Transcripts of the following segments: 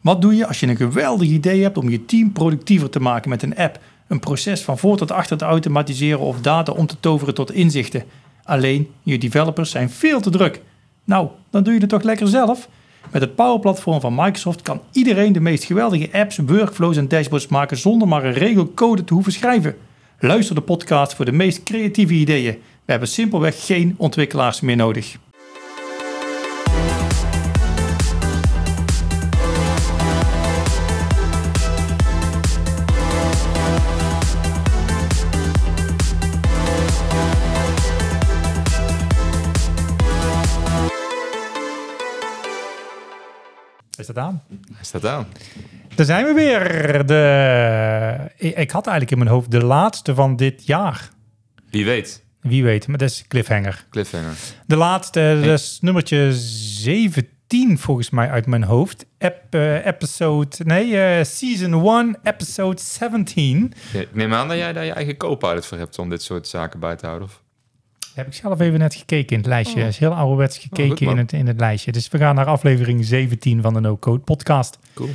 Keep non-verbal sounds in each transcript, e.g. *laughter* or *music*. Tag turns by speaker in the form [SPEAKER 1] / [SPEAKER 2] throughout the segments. [SPEAKER 1] Wat doe je als je een geweldig idee hebt om je team productiever te maken met een app? Een proces van voor tot achter te automatiseren of data om te toveren tot inzichten. Alleen, je developers zijn veel te druk. Nou, dan doe je het toch lekker zelf? Met het Power Platform van Microsoft kan iedereen de meest geweldige apps, workflows en dashboards maken zonder maar een regel code te hoeven schrijven. Luister de podcast voor de meest creatieve ideeën. We hebben simpelweg geen ontwikkelaars meer nodig.
[SPEAKER 2] Is dat aan?
[SPEAKER 3] Hij staat aan.
[SPEAKER 2] Daar zijn we weer. De... Ik ik had eigenlijk in mijn hoofd de laatste van dit jaar.
[SPEAKER 3] Wie weet.
[SPEAKER 2] Wie weet, maar dat is cliffhanger.
[SPEAKER 3] Cliffhanger.
[SPEAKER 2] De laatste, dat is nummertje 17 volgens mij uit mijn hoofd. Ep- eh, episode, nee, eh, season 1, episode 17.
[SPEAKER 3] Ja, ik neem aan dat jij daar je eigen co-pilot voor hebt om dit soort zaken bij te houden. Of?
[SPEAKER 2] Dat heb ik zelf even net gekeken in het lijstje. Dat is heel ouderwets gekeken
[SPEAKER 3] Oh. goed, man.
[SPEAKER 2] in, het, in het lijstje. Dus we gaan naar aflevering 17 van de No Code podcast.
[SPEAKER 3] Cool.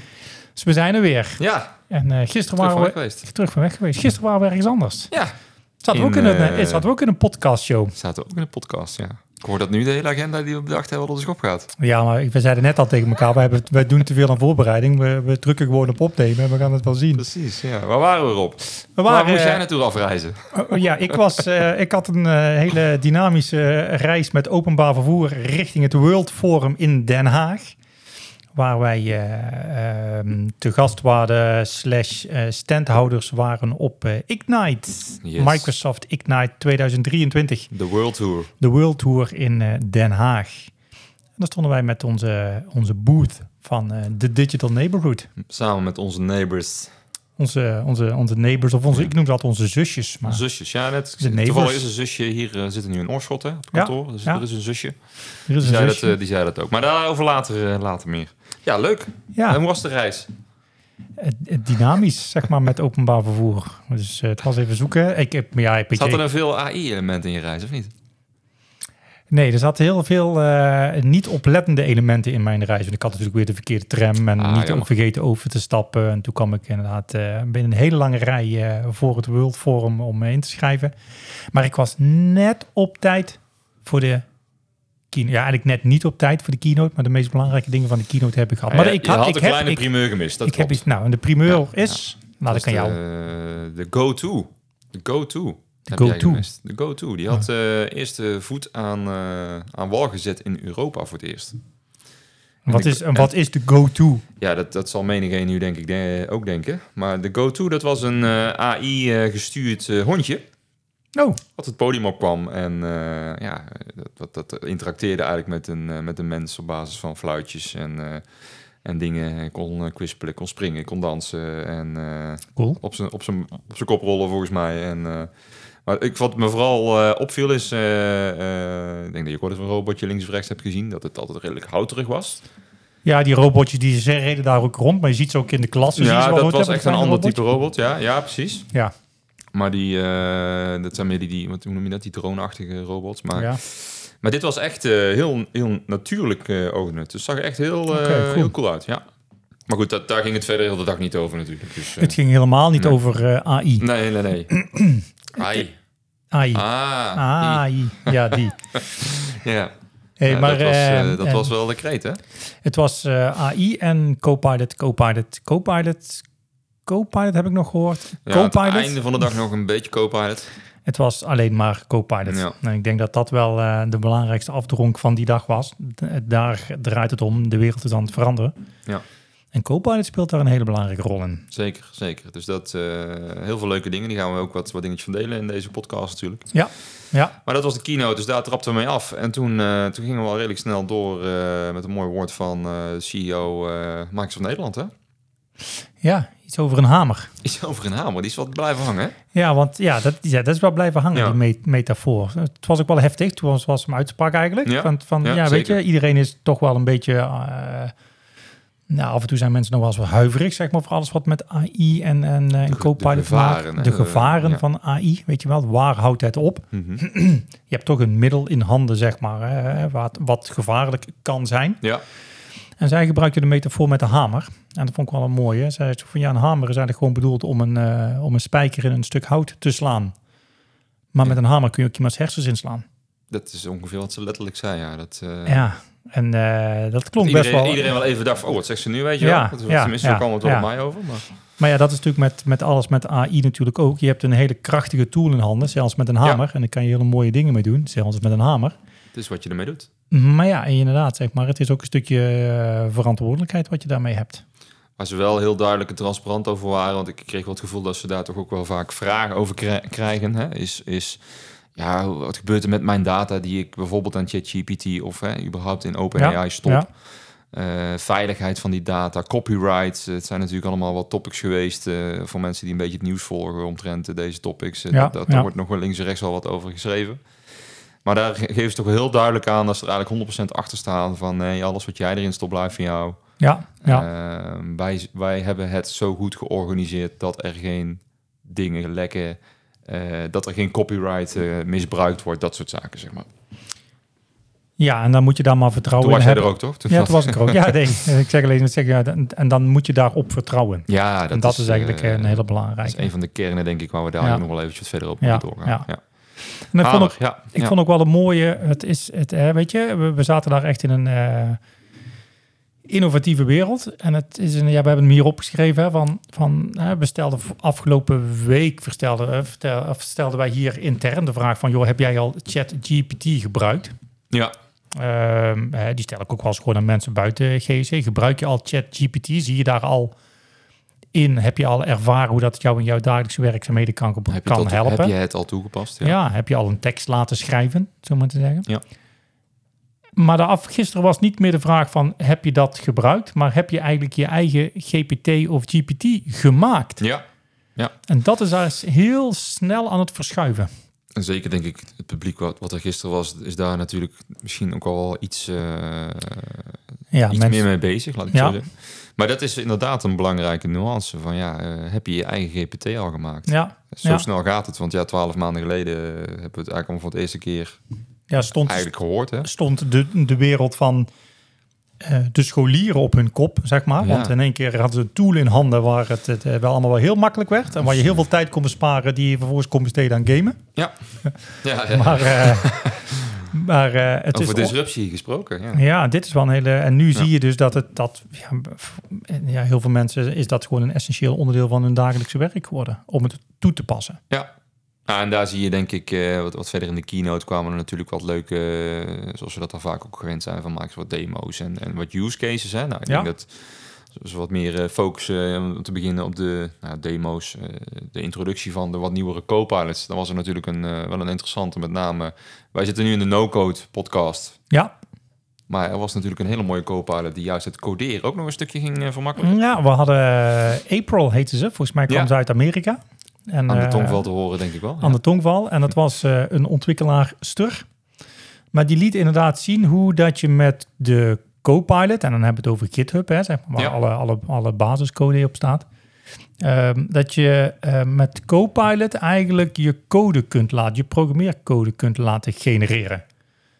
[SPEAKER 2] Dus we zijn er weer.
[SPEAKER 3] Ja,
[SPEAKER 2] En eh, gisteren
[SPEAKER 3] terug
[SPEAKER 2] waren
[SPEAKER 3] van
[SPEAKER 2] we...
[SPEAKER 3] weg geweest.
[SPEAKER 2] Terug van weg geweest. Gisteren waren we ergens anders.
[SPEAKER 3] Ja,
[SPEAKER 2] Zaten we
[SPEAKER 3] In,
[SPEAKER 2] ook in een,
[SPEAKER 3] eh,
[SPEAKER 2] eh, zaten we ook in een podcastshow.
[SPEAKER 3] zaten ook in de podcast, ja. Ik hoor dat nu de hele agenda die we bedacht hebben al de schop gaat.
[SPEAKER 2] Ja, maar we zeiden net al tegen elkaar, we, hebben, we doen te veel aan voorbereiding. We, we drukken gewoon op opnemen en we gaan het wel zien.
[SPEAKER 3] Precies, ja. Waar waren we op?
[SPEAKER 2] We
[SPEAKER 3] Waar
[SPEAKER 2] waren,
[SPEAKER 3] Dus moest
[SPEAKER 2] eh,
[SPEAKER 3] jij naartoe afreizen?
[SPEAKER 2] oh, ja, ik, was, eh, ik had een eh, hele dynamische reis met openbaar vervoer richting het World Forum in Den Haag. Waar wij eh, ehm, te gast waren, slash eh, standhouders waren op eh, Ignite.
[SPEAKER 3] Yes.
[SPEAKER 2] Microsoft Ignite 2023.
[SPEAKER 3] De World Tour.
[SPEAKER 2] de World Tour in eh, Den Haag. En daar stonden wij met onze, onze booth van eh, de Digital Neighborhood.
[SPEAKER 3] Samen met onze neighbors.
[SPEAKER 2] Onze, onze, onze neighbors, of onze, ik noem ze altijd onze zusjes. Maar
[SPEAKER 3] Zusjes, ja. Net,
[SPEAKER 2] neighbors.
[SPEAKER 3] toevallig is een zusje. Hier eh, zit nu een oorschot hè, op kantoor. dus
[SPEAKER 2] ja.
[SPEAKER 3] er is een zusje.
[SPEAKER 2] er is
[SPEAKER 3] Die
[SPEAKER 2] een
[SPEAKER 3] zei, dat,
[SPEAKER 2] zusje.
[SPEAKER 3] eh, die zei dat ook. Maar daarover later, eh, later meer. Ja, leuk. En
[SPEAKER 2] ja,
[SPEAKER 3] hoe was de reis?
[SPEAKER 2] eh, eh, dynamisch, zeg maar, met openbaar vervoer. Dus eh, het was even zoeken. Ik heb, maar ja, ik weet
[SPEAKER 3] Zat
[SPEAKER 2] je-
[SPEAKER 3] er een veel AI-element in je reis, of niet?
[SPEAKER 2] Nee, er zaten heel veel eh, niet oplettende elementen in mijn reis. Want ik had natuurlijk weer de verkeerde tram en
[SPEAKER 3] Ah,
[SPEAKER 2] niet
[SPEAKER 3] jammer.
[SPEAKER 2] vergeten over te stappen. En toen kwam ik inderdaad eh, binnen een hele lange rij eh, voor het World Forum om me in te schrijven. Maar ik was net op tijd voor de keynote. Ja, eigenlijk net niet op tijd voor de keynote. Maar de meest belangrijke dingen van de keynote heb ik gehad. Maar
[SPEAKER 3] Ah, Ja,
[SPEAKER 2] ik
[SPEAKER 3] je had een
[SPEAKER 2] heb-
[SPEAKER 3] kleine
[SPEAKER 2] ik-
[SPEAKER 3] primeur gemist. Dat
[SPEAKER 2] ik heb
[SPEAKER 3] klopt.
[SPEAKER 2] iets, nou, en de primeur
[SPEAKER 3] Ja,
[SPEAKER 2] is, nou, dat kan
[SPEAKER 3] de,
[SPEAKER 2] jou.
[SPEAKER 3] De go-to. De go-to. heb
[SPEAKER 2] go-to.
[SPEAKER 3] jij gemist. De go-to. Die had eh eerst de voet aan, eh, aan wal gezet in Europa voor het eerst.
[SPEAKER 2] Wat
[SPEAKER 3] ik-
[SPEAKER 2] is, en wat is de go-to?
[SPEAKER 3] Ja, dat, dat zal menigeen nu denk ik de- ook denken. Maar de go-to, dat was een eh, AI-gestuurd eh, hondje.
[SPEAKER 2] Oh,
[SPEAKER 3] Wat het podium opkwam en eh, ja, dat, dat, dat interacteerde eigenlijk met een, eh, met een mens op basis van fluitjes en, eh, en dingen. Hij kon eh, kwispelen, kon springen, kon dansen en eh,
[SPEAKER 2] cool.
[SPEAKER 3] op zijn, op zijn, op zijn kop rollen volgens mij. En, eh, maar ik, wat me vooral eh, opviel is, eh, eh, ik denk dat je ook wel eens een robotje links of rechts hebt gezien, dat het altijd redelijk houterig was.
[SPEAKER 2] Ja, die robotjes die ze reden daar ook rond, maar je ziet ze ook in de klas. zie je ze
[SPEAKER 3] ja,
[SPEAKER 2] wel
[SPEAKER 3] dat
[SPEAKER 2] rond
[SPEAKER 3] was
[SPEAKER 2] hebben,
[SPEAKER 3] echt een
[SPEAKER 2] kleine
[SPEAKER 3] ander
[SPEAKER 2] robotjes.
[SPEAKER 3] type robot. Ja, ja precies.
[SPEAKER 2] Ja,
[SPEAKER 3] Maar die, eh, dat zijn meer die, die, wat, hoe noem je dat, die drone-achtige robots. Maar,
[SPEAKER 2] ja.
[SPEAKER 3] maar dit was echt eh, heel, heel natuurlijk eh oognut. Dus het zag er echt heel, eh,
[SPEAKER 2] Oké, cool.
[SPEAKER 3] heel cool uit, ja. Maar goed, dat, daar ging het verder heel de dag niet over natuurlijk. Dus, eh,
[SPEAKER 2] het ging helemaal niet
[SPEAKER 3] nee.
[SPEAKER 2] over eh, AI.
[SPEAKER 3] nee, nee,
[SPEAKER 2] *clears throat*
[SPEAKER 3] nee. Ai.
[SPEAKER 2] AI.
[SPEAKER 3] Mm. Ah.
[SPEAKER 2] AI. *laughs* Ja,
[SPEAKER 3] *laughs*
[SPEAKER 2] die.
[SPEAKER 3] Ja.
[SPEAKER 2] Hey,
[SPEAKER 3] Ja,
[SPEAKER 2] maar,
[SPEAKER 3] dat was, eh,
[SPEAKER 2] eh,
[SPEAKER 3] dat
[SPEAKER 2] en
[SPEAKER 3] was wel de kreet, hè?
[SPEAKER 2] Het was eh, AI en Copilot, Copilot, Copilot. Copilot heb ik nog gehoord.
[SPEAKER 3] Ja, aan
[SPEAKER 2] Copilot.
[SPEAKER 3] het einde van de dag nog een beetje Copilot.
[SPEAKER 2] Het was alleen maar Copilot.
[SPEAKER 3] Ja.
[SPEAKER 2] En ik denk dat dat wel eh, de belangrijkste afdronk van die dag was. D- eh, daar draait het om. De wereld is aan het veranderen.
[SPEAKER 3] Ja.
[SPEAKER 2] En Copilot speelt daar een hele belangrijke rol in.
[SPEAKER 3] Zeker, zeker. Dus dat, eh, heel veel leuke dingen. Die gaan we ook wat, wat dingetjes van delen in deze podcast natuurlijk.
[SPEAKER 2] Ja, ja.
[SPEAKER 3] Maar dat was de keynote, dus daar trapten we mee af. En toen, eh, toen gingen we al redelijk snel door eh, met een mooi woord van eh, CEO eh Microsoft Nederland, hè?
[SPEAKER 2] Ja, iets over een hamer.
[SPEAKER 3] Is over een hamer, die is wat blijven hangen, hè?
[SPEAKER 2] Ja, want ja, dat, ja, dat is wel blijven hangen,
[SPEAKER 3] Ja.
[SPEAKER 2] die me- metafoor. Het was ook wel heftig toen was, was hem uitspraak eigenlijk.
[SPEAKER 3] Ja,
[SPEAKER 2] Van, van, ja,
[SPEAKER 3] ja,
[SPEAKER 2] weet
[SPEAKER 3] zeker.
[SPEAKER 2] je, iedereen is toch wel een beetje... eh, nou, af en toe zijn mensen nog wel eens wat huiverig, zeg maar, voor alles wat met AI en, en, eh, en
[SPEAKER 3] de
[SPEAKER 2] Copilot te maken-
[SPEAKER 3] gevaren, hè,
[SPEAKER 2] De
[SPEAKER 3] de-
[SPEAKER 2] gevaren
[SPEAKER 3] ja. Mhm.
[SPEAKER 2] van AI, weet je wel, waar houdt het op? *clears throat* Je hebt toch een middel in handen, zeg maar, hè, wat, wat gevaarlijk kan zijn.
[SPEAKER 3] Ja,
[SPEAKER 2] En zij gebruikte de metafoor met de hamer. En dat vond ik wel een mooie. Zij zei van ja, een hamer is eigenlijk gewoon bedoeld om een, eh, om een spijker in een stuk hout te slaan. Maar met een hamer kun je ook iemands hersens inslaan.
[SPEAKER 3] Dat is ongeveer wat ze letterlijk zei, ja. Dat, eh,
[SPEAKER 2] Ja, en eh, dat klonk
[SPEAKER 3] iedereen,
[SPEAKER 2] best wel.
[SPEAKER 3] iedereen wel even dacht van, oh, wat zegt ze nu, weet je
[SPEAKER 2] Ja,
[SPEAKER 3] wel? Dat,
[SPEAKER 2] ja,
[SPEAKER 3] tenminste,
[SPEAKER 2] ja,
[SPEAKER 3] zo kwam het wel
[SPEAKER 2] ja.
[SPEAKER 3] op mij over. Maar,
[SPEAKER 2] Maar ja, dat is natuurlijk met, met alles met AI natuurlijk ook. Je hebt een hele krachtige tool in handen, zelfs met een hamer. En daar kan je hele mooie dingen mee doen, zelfs met een hamer.
[SPEAKER 3] het is wat je ermee doet.
[SPEAKER 2] Maar ja, en inderdaad, zeg maar, het is ook een stukje eh, verantwoordelijkheid wat je daarmee hebt.
[SPEAKER 3] Waar ze wel heel duidelijk en transparant over waren. Want ik kreeg wel het gevoel dat ze daar toch ook wel vaak vragen over krij- krijgen. Hè? Is, is ja, wat gebeurt er met mijn data die ik bijvoorbeeld aan ChatGPT of hè, überhaupt in OpenAI stop?
[SPEAKER 2] Ja,
[SPEAKER 3] Eh, veiligheid van die data, copyright. Het zijn natuurlijk allemaal wat topics geweest eh, voor mensen die een beetje het nieuws volgen omtrent eh, deze topics. Eh,
[SPEAKER 2] Ja,
[SPEAKER 3] dat- dat- Daar
[SPEAKER 2] ja.
[SPEAKER 3] wordt nog wel links en rechts al wat over geschreven. Maar daar ge- geven ze toch wel heel duidelijk aan dat ze er eigenlijk 100% achter staan van nee, alles wat jij erin stopt blijft van jou.
[SPEAKER 2] ja, ja.
[SPEAKER 3] Eh, wij, wij hebben het zo goed georganiseerd dat er geen dingen lekken, eh, dat er geen copyright eh, misbruikt wordt, dat soort zaken, zeg
[SPEAKER 2] Oh,
[SPEAKER 3] maar.
[SPEAKER 2] ja, en dan moet je daar maar
[SPEAKER 3] Toen
[SPEAKER 2] vertrouwen
[SPEAKER 3] was
[SPEAKER 2] in
[SPEAKER 3] jij
[SPEAKER 2] hebben.
[SPEAKER 3] er ook, toch? Toen
[SPEAKER 2] Ja,
[SPEAKER 3] was-
[SPEAKER 2] dat was ik er ook. Ja, nee.
[SPEAKER 3] *laughs*
[SPEAKER 2] Ik zeg alleen, ik zeg, ja, dan- en dan moet je daarop vertrouwen.
[SPEAKER 3] ja,
[SPEAKER 2] en dat is, eigenlijk
[SPEAKER 3] eh,
[SPEAKER 2] eh, een hele
[SPEAKER 3] dat is
[SPEAKER 2] belangrijke.
[SPEAKER 3] een van de kernen, denk ik, waar we daar
[SPEAKER 2] Ja.
[SPEAKER 3] nog wel eventjes verder op
[SPEAKER 2] Ja,
[SPEAKER 3] moeten doorgaan.
[SPEAKER 2] ja.
[SPEAKER 3] Ja.
[SPEAKER 2] En ik vond
[SPEAKER 3] Hamer,
[SPEAKER 2] ook,
[SPEAKER 3] ja,
[SPEAKER 2] ik
[SPEAKER 3] ja.
[SPEAKER 2] vond ook wel een mooie, het is, het, eh, weet je, we, we zaten daar echt in een eh, innovatieve wereld. En het is een, ja, we hebben hem hier opgeschreven, hè, van, van eh, we stelden v- afgelopen week, verstelden, eh, vertel, of stelden wij hier intern de vraag van, joh, heb jij al ChatGPT gebruikt?
[SPEAKER 3] Ja,
[SPEAKER 2] Ehm, hè, die stel ik ook wel eens gewoon aan mensen buiten GEC. Gebruik je al ChatGPT? Zie je daar al in? Heb je al ervaren hoe dat jou in jouw dagelijkse werkzaamheden kan,
[SPEAKER 3] heb je, het
[SPEAKER 2] kan
[SPEAKER 3] al,
[SPEAKER 2] helpen?
[SPEAKER 3] heb je het al toegepast?
[SPEAKER 2] ja. heb je al een tekst laten schrijven, zo maar te zeggen.
[SPEAKER 3] Ja.
[SPEAKER 2] Maar de af, gisteren was niet meer de vraag van, heb je dat gebruikt? Maar heb je eigenlijk je eigen GPT of GPT gemaakt?
[SPEAKER 3] ja.
[SPEAKER 2] En dat is daar heel snel aan het verschuiven.
[SPEAKER 3] En zeker denk ik, het publiek wat, wat er gisteren was, is daar natuurlijk misschien ook al wel iets, eh,
[SPEAKER 2] Ja,
[SPEAKER 3] iets meer mee bezig, laat ik
[SPEAKER 2] Ja.
[SPEAKER 3] zo zeggen. Maar dat is inderdaad een belangrijke nuance van ja, eh, heb je je eigen GPT al gemaakt?
[SPEAKER 2] ja,
[SPEAKER 3] Zo
[SPEAKER 2] Ja.
[SPEAKER 3] snel gaat het, want ja, twaalf maanden geleden eh, hebben we het eigenlijk allemaal voor de eerste keer
[SPEAKER 2] ja, stond
[SPEAKER 3] eigenlijk gehoord, hè?
[SPEAKER 2] stond de, de wereld van eh, de scholieren op hun kop, zeg maar.
[SPEAKER 3] Ja.
[SPEAKER 2] Want in één keer hadden ze een tool in handen waar het, het, eh, wel allemaal wel heel makkelijk werd. En waar je heel veel tijd kon besparen die je vervolgens kon besteden aan gamen.
[SPEAKER 3] Ja, ja.
[SPEAKER 2] Maar,
[SPEAKER 3] *laughs*
[SPEAKER 2] eh, maar eh, het
[SPEAKER 3] Over
[SPEAKER 2] is...
[SPEAKER 3] disruptie gesproken, ja.
[SPEAKER 2] Ja, dit is wel een hele... En nu
[SPEAKER 3] Ja.
[SPEAKER 2] zie je dus dat het... Dat, ja, f- en ja, heel veel mensen is dat gewoon een essentieel onderdeel van hun dagelijkse werk geworden. Om het toe te passen.
[SPEAKER 3] Ja, Ah, en daar zie je denk ik, eh, wat, wat verder in de keynote kwamen er natuurlijk wat leuke, eh, zoals we dat al vaak ook gewend zijn, van maken wat demo's en, en wat use cases. Hè? Nou, ik
[SPEAKER 2] Ja.
[SPEAKER 3] denk dat ze wat meer eh, focussen eh, om te beginnen op de nou, demo's, eh, de introductie van de wat nieuwere co-pilots. Dan was er natuurlijk een, eh, wel een interessante, met name, wij zitten nu in de no-code podcast.
[SPEAKER 2] Ja,
[SPEAKER 3] Maar er was natuurlijk een hele mooie co-pilot die juist het coderen ook nog een stukje ging eh, vermakkelijken.
[SPEAKER 2] ja we hadden... eh, April heette ze. Volgens mij kwam
[SPEAKER 3] Ja.
[SPEAKER 2] ze uit Amerika. En,
[SPEAKER 3] Aan de
[SPEAKER 2] eh,
[SPEAKER 3] tong wel te horen, denk ik wel.
[SPEAKER 2] aan de tongval. En dat was eh, een ontwikkelaar Stur. Maar die liet inderdaad zien hoe dat je met de Copilot, en dan hebben we het over GitHub, hè, zeg maar, waar
[SPEAKER 3] Ja.
[SPEAKER 2] alle, alle, alle basiscode op staat. ehm, dat je eh, met Copilot eigenlijk je code kunt laten, je programmeercode kunt laten genereren.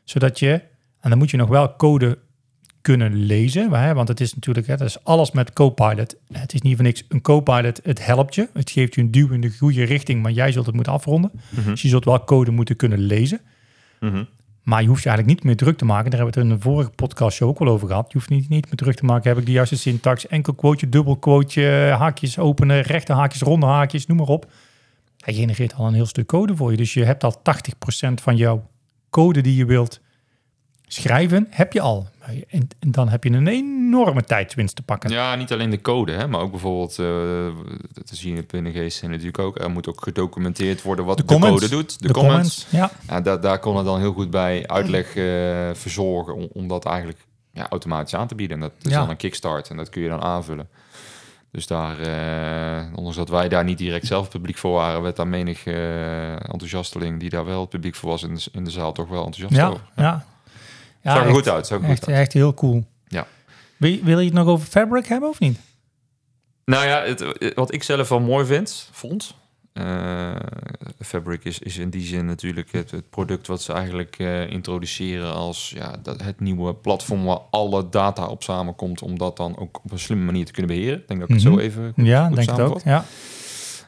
[SPEAKER 2] Zodat je, en dan moet je nog wel code kunnen lezen, maar, hè, want het is natuurlijk, hè, dat is alles met Copilot. Het is niet voor niks een Copilot, het helpt je, het geeft je een duw in de goede richting, maar jij zult het moeten afronden.
[SPEAKER 3] Mhm.
[SPEAKER 2] Dus je zult wel code moeten kunnen lezen.
[SPEAKER 3] Mhm.
[SPEAKER 2] Maar je hoeft je eigenlijk niet meer druk te maken. Daar hebben we het in de vorige podcast ook al over gehad. Je hoeft niet, niet meer druk te maken. Heb ik de juiste syntax? Enkel quoteje, dubbel quoteje, haakjes openen, rechte haakjes, ronde haakjes, noem maar op. Hij genereert al een heel stuk code voor je. Dus je hebt al 80% van jouw code die je wilt schrijven, heb je al. En, en dan heb je een enorme tijdswinst te pakken.
[SPEAKER 3] Ja, niet alleen de code, hè, maar ook bijvoorbeeld, eh, dat zie je in de PNG's natuurlijk ook, er moet ook gedocumenteerd worden wat de,
[SPEAKER 2] comments.
[SPEAKER 3] code doet, de, comments.
[SPEAKER 2] Ja,
[SPEAKER 3] Ja, daar, daar kon het dan heel goed bij uitleg eh, verzorgen om, om dat eigenlijk ja, automatisch aan te bieden. En dat is
[SPEAKER 2] Ja.
[SPEAKER 3] dan een kickstart en dat kun je dan aanvullen. Dus daar, eh, ondanks dat wij daar niet direct zelf publiek voor waren, werd daar menig eh, enthousiasteling die daar wel het publiek voor was in de, in de zaal toch wel enthousiast
[SPEAKER 2] ja,
[SPEAKER 3] over.
[SPEAKER 2] ja.
[SPEAKER 3] zag er
[SPEAKER 2] echt-
[SPEAKER 3] goed uit, zag er goed
[SPEAKER 2] Echt,
[SPEAKER 3] uit.
[SPEAKER 2] echt heel cool.
[SPEAKER 3] Ja.
[SPEAKER 2] Wil, wil je het nog over Fabric hebben of niet?
[SPEAKER 3] eh, Nou ja, het, wat ik zelf wel mooi vind, vond, eh, Fabric is, is in die zin natuurlijk het, het product wat ze eigenlijk eh, introduceren als ja, dat, het nieuwe platform waar alle data op samenkomt om dat dan ook op een slimme manier te kunnen beheren. Ik denk dat ik
[SPEAKER 2] Mhm.
[SPEAKER 3] het zo even
[SPEAKER 2] Ja,
[SPEAKER 3] Goed
[SPEAKER 2] denk ik ook.
[SPEAKER 3] samengevat.
[SPEAKER 2] Ja.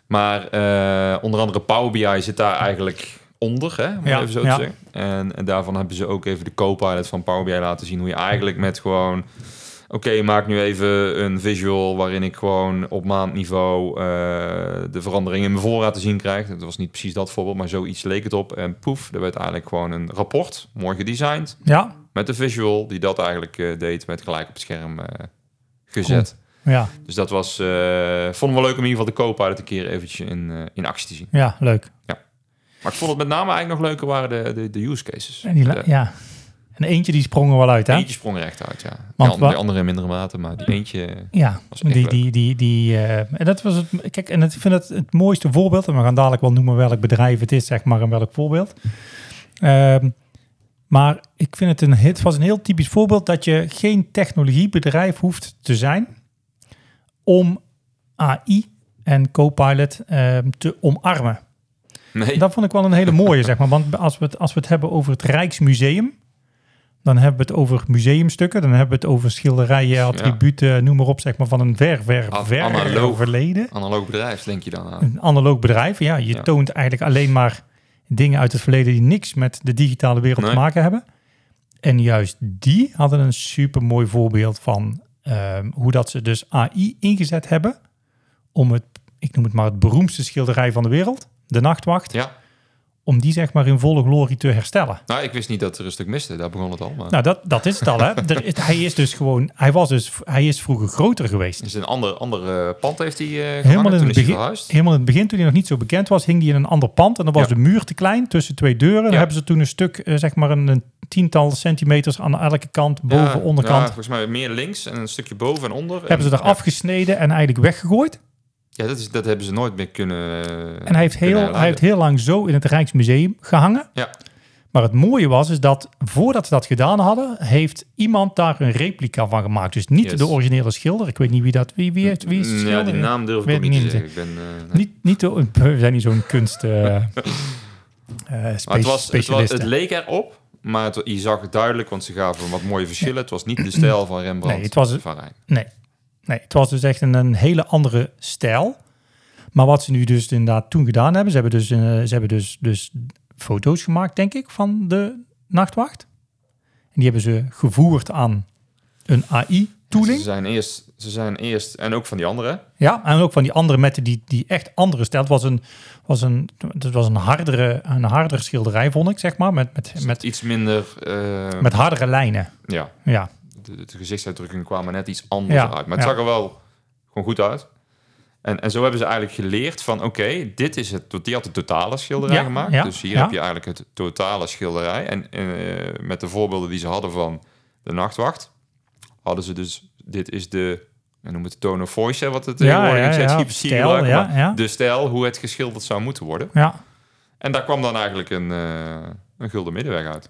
[SPEAKER 3] maar eh, onder andere Power BI zit daar eigenlijk onder, hè, om
[SPEAKER 2] Ja,
[SPEAKER 3] even zo te
[SPEAKER 2] ja.
[SPEAKER 3] zeggen. En, en daarvan hebben ze ook even de co-pilot van Power BI laten zien. Hoe je eigenlijk met gewoon... Oké, maak nu even een visual waarin ik gewoon op maandniveau eh, de veranderingen in mijn voorraad te zien krijg. Dat was niet precies dat voorbeeld, maar zoiets leek het op. En poef, er werd eigenlijk gewoon een rapport, mooi gedesigned,
[SPEAKER 2] Ja,
[SPEAKER 3] met de visual die dat eigenlijk eh, deed, met gelijk op het scherm eh, gezet.
[SPEAKER 2] ja,
[SPEAKER 3] Dus dat was, eh vonden we leuk om in ieder geval de co-pilot een keer eventjes in, eh, in actie te zien.
[SPEAKER 2] ja, leuk.
[SPEAKER 3] Maar ik vond het met name eigenlijk nog leuker waren de, de, de use cases.
[SPEAKER 2] En die, la-
[SPEAKER 3] de,
[SPEAKER 2] ja. En eentje die sprong er wel uit, hè?
[SPEAKER 3] Eentje sprong recht uit, ja.
[SPEAKER 2] Want
[SPEAKER 3] de, an- de
[SPEAKER 2] wa-
[SPEAKER 3] andere in mindere mate, maar die eentje... eh,
[SPEAKER 2] Ja,
[SPEAKER 3] Was echt
[SPEAKER 2] die,
[SPEAKER 3] leuk.
[SPEAKER 2] die, die, die, eh, en dat was het. Kijk, en het, ik vind het het mooiste voorbeeld. En we gaan dadelijk wel noemen welk bedrijf het is, zeg maar, en welk voorbeeld. Ehm, maar ik vind het een, het was een heel typisch voorbeeld dat je geen technologiebedrijf hoeft te zijn om AI en Copilot ehm te omarmen.
[SPEAKER 3] Nee,
[SPEAKER 2] Dat vond ik wel een hele mooie, zeg maar. Want als we, het, als we het hebben over het Rijksmuseum, dan hebben we het over museumstukken, dan hebben we het over schilderijen, attributen, noem maar op, zeg maar, van een ver, ver,
[SPEAKER 3] A-
[SPEAKER 2] ver
[SPEAKER 3] analoog.
[SPEAKER 2] verleden.
[SPEAKER 3] analoog bedrijf denk je dan aan.
[SPEAKER 2] Een analoog bedrijf, ja. Je
[SPEAKER 3] Ja.
[SPEAKER 2] toont eigenlijk alleen maar dingen uit het verleden die niks met de digitale wereld
[SPEAKER 3] Nee.
[SPEAKER 2] te maken hebben. En juist die hadden een super mooi voorbeeld van ehm, hoe dat ze dus AI ingezet hebben om het, ik noem het maar, het beroemdste schilderij van de wereld, de Nachtwacht
[SPEAKER 3] Ja,
[SPEAKER 2] om die zeg maar in volle glorie te herstellen.
[SPEAKER 3] nou ik wist niet dat er een stuk miste, daar begon het al. Maar
[SPEAKER 2] Nou, dat, dat is het
[SPEAKER 3] *laughs*
[SPEAKER 2] al, hè. Er is- hij is dus gewoon... Hij was dus... Hij is vroeger groter geweest.
[SPEAKER 3] dus een ander, ander eh, pand heeft hij eh
[SPEAKER 2] Helemaal
[SPEAKER 3] gehangen,
[SPEAKER 2] in,
[SPEAKER 3] toen
[SPEAKER 2] het
[SPEAKER 3] is hij
[SPEAKER 2] begin,
[SPEAKER 3] verhuisd.
[SPEAKER 2] helemaal in het begin, toen hij nog niet zo bekend was, hing hij in een ander pand. En dan was
[SPEAKER 3] Ja.
[SPEAKER 2] de muur te klein tussen twee deuren. Daar
[SPEAKER 3] Ja.
[SPEAKER 2] hebben ze toen een stuk, eh, zeg maar een, een tiental centimeters aan elke kant, boven,
[SPEAKER 3] Ja,
[SPEAKER 2] onderkant.
[SPEAKER 3] Ja, volgens mij meer links en een stukje boven en onder. En-
[SPEAKER 2] Hebben ze daar
[SPEAKER 3] ja,
[SPEAKER 2] afgesneden en eigenlijk weggegooid.
[SPEAKER 3] Ja, dat, is, dat hebben ze nooit meer kunnen...
[SPEAKER 2] En hij heeft, heel, hij heeft heel lang zo in het Rijksmuseum gehangen.
[SPEAKER 3] Ja.
[SPEAKER 2] Maar het mooie was is dat voordat ze dat gedaan hadden, heeft iemand daar een replica van gemaakt. Dus niet
[SPEAKER 3] Yes.
[SPEAKER 2] de originele schilder. Ik weet niet wie dat wie, wie, heeft, wie is het
[SPEAKER 3] Mm, Ja,
[SPEAKER 2] schilder.
[SPEAKER 3] die naam durf ik
[SPEAKER 2] Weet
[SPEAKER 3] ook niet te
[SPEAKER 2] niet.
[SPEAKER 3] zeggen. Ik ben, eh, nee.
[SPEAKER 2] Niet, niet de, *laughs* we zijn niet zo'n kunst.
[SPEAKER 3] *laughs*
[SPEAKER 2] eh eh, spe-
[SPEAKER 3] Maar het, was, het, was,
[SPEAKER 2] specialisten.
[SPEAKER 3] het leek erop, maar het- je zag het duidelijk, want ze gaven wat mooie verschillen. Het was niet de stijl van Rembrandt.
[SPEAKER 2] Nee, het was-
[SPEAKER 3] van Rijn.
[SPEAKER 2] Nee. nee, het was dus echt een, een hele andere stijl. Maar wat ze nu dus inderdaad toen gedaan hebben, ze hebben dus, eh, ze hebben dus, dus foto's gemaakt, denk ik, van de nachtwacht. En die hebben ze gevoerd aan een
[SPEAKER 3] Ze
[SPEAKER 2] AI-tooling.
[SPEAKER 3] zijn, eerst, ze zijn eerst, en ook van die andere,
[SPEAKER 2] Ja, en ook van die andere met die, die echt andere stijl. Het was een, was een, het was een, hardere, een hardere schilderij, vond ik, zeg maar, met, met,
[SPEAKER 3] met
[SPEAKER 2] met,
[SPEAKER 3] iets minder. eh,
[SPEAKER 2] met hardere lijnen.
[SPEAKER 3] ja,
[SPEAKER 2] Ja,
[SPEAKER 3] de, de gezichtsuitdrukkingen kwamen net iets anders
[SPEAKER 2] Ja,
[SPEAKER 3] uit. Maar het
[SPEAKER 2] ja.
[SPEAKER 3] zag er wel gewoon goed uit. En, en zo hebben ze eigenlijk geleerd van, oké, dit is het. want Die had de totale schilderij
[SPEAKER 2] Ja,
[SPEAKER 3] gemaakt.
[SPEAKER 2] ja,
[SPEAKER 3] dus hier
[SPEAKER 2] ja.
[SPEAKER 3] heb je eigenlijk het totale schilderij. En eh, met de voorbeelden die ze hadden van de nachtwacht, hadden ze dus, dit is de, en noem het de tone of voice, hè, wat het
[SPEAKER 2] Ja,
[SPEAKER 3] tegenwoordig
[SPEAKER 2] ja,
[SPEAKER 3] in
[SPEAKER 2] ja.
[SPEAKER 3] ChatGPT
[SPEAKER 2] Stijl,
[SPEAKER 3] gebruikt,
[SPEAKER 2] ja,
[SPEAKER 3] maar
[SPEAKER 2] ja.
[SPEAKER 3] De stijl, hoe het geschilderd zou moeten worden.
[SPEAKER 2] ja.
[SPEAKER 3] En daar kwam dan eigenlijk een, eh, een gulden middenweg uit.